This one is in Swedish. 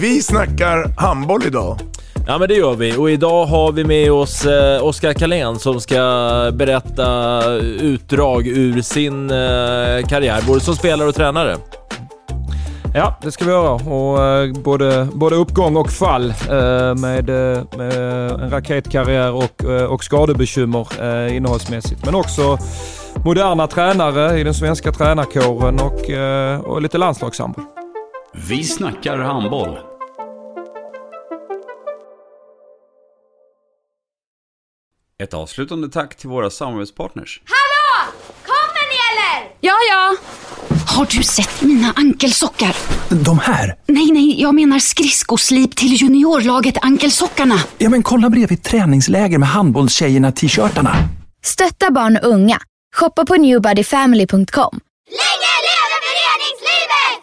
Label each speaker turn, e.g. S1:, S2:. S1: Vi snackar handboll idag.
S2: Ja men det gör vi och idag har vi med oss eh, Oskar Kalén som ska berätta utdrag ur sin eh, karriär, både som spelare och tränare.
S3: Ja, det ska vi göra. Och, eh, både, både uppgång och fall eh, med, eh, med en raketkarriär och, eh, och skadebekymmer eh, innehållsmässigt. Men också moderna tränare i den svenska tränarkåren och, eh, och lite landslagshandboll.
S4: Vi snackar handboll. Ett avslutande tack till våra samarbetspartners.
S5: Hallå! Kommer ni eller?
S6: Ja, ja. Har du sett mina ankelsockar?
S7: De här?
S6: Nej, nej, jag menar skridskoslip till juniorlaget Ankelsockarna.
S7: Ja, men kolla bredvid träningsläger med handbollstjejerna-t-shirtarna.
S8: Stötta barn och unga. Shoppa på newbodyfamily.com.
S5: Länge leve föreningslivet!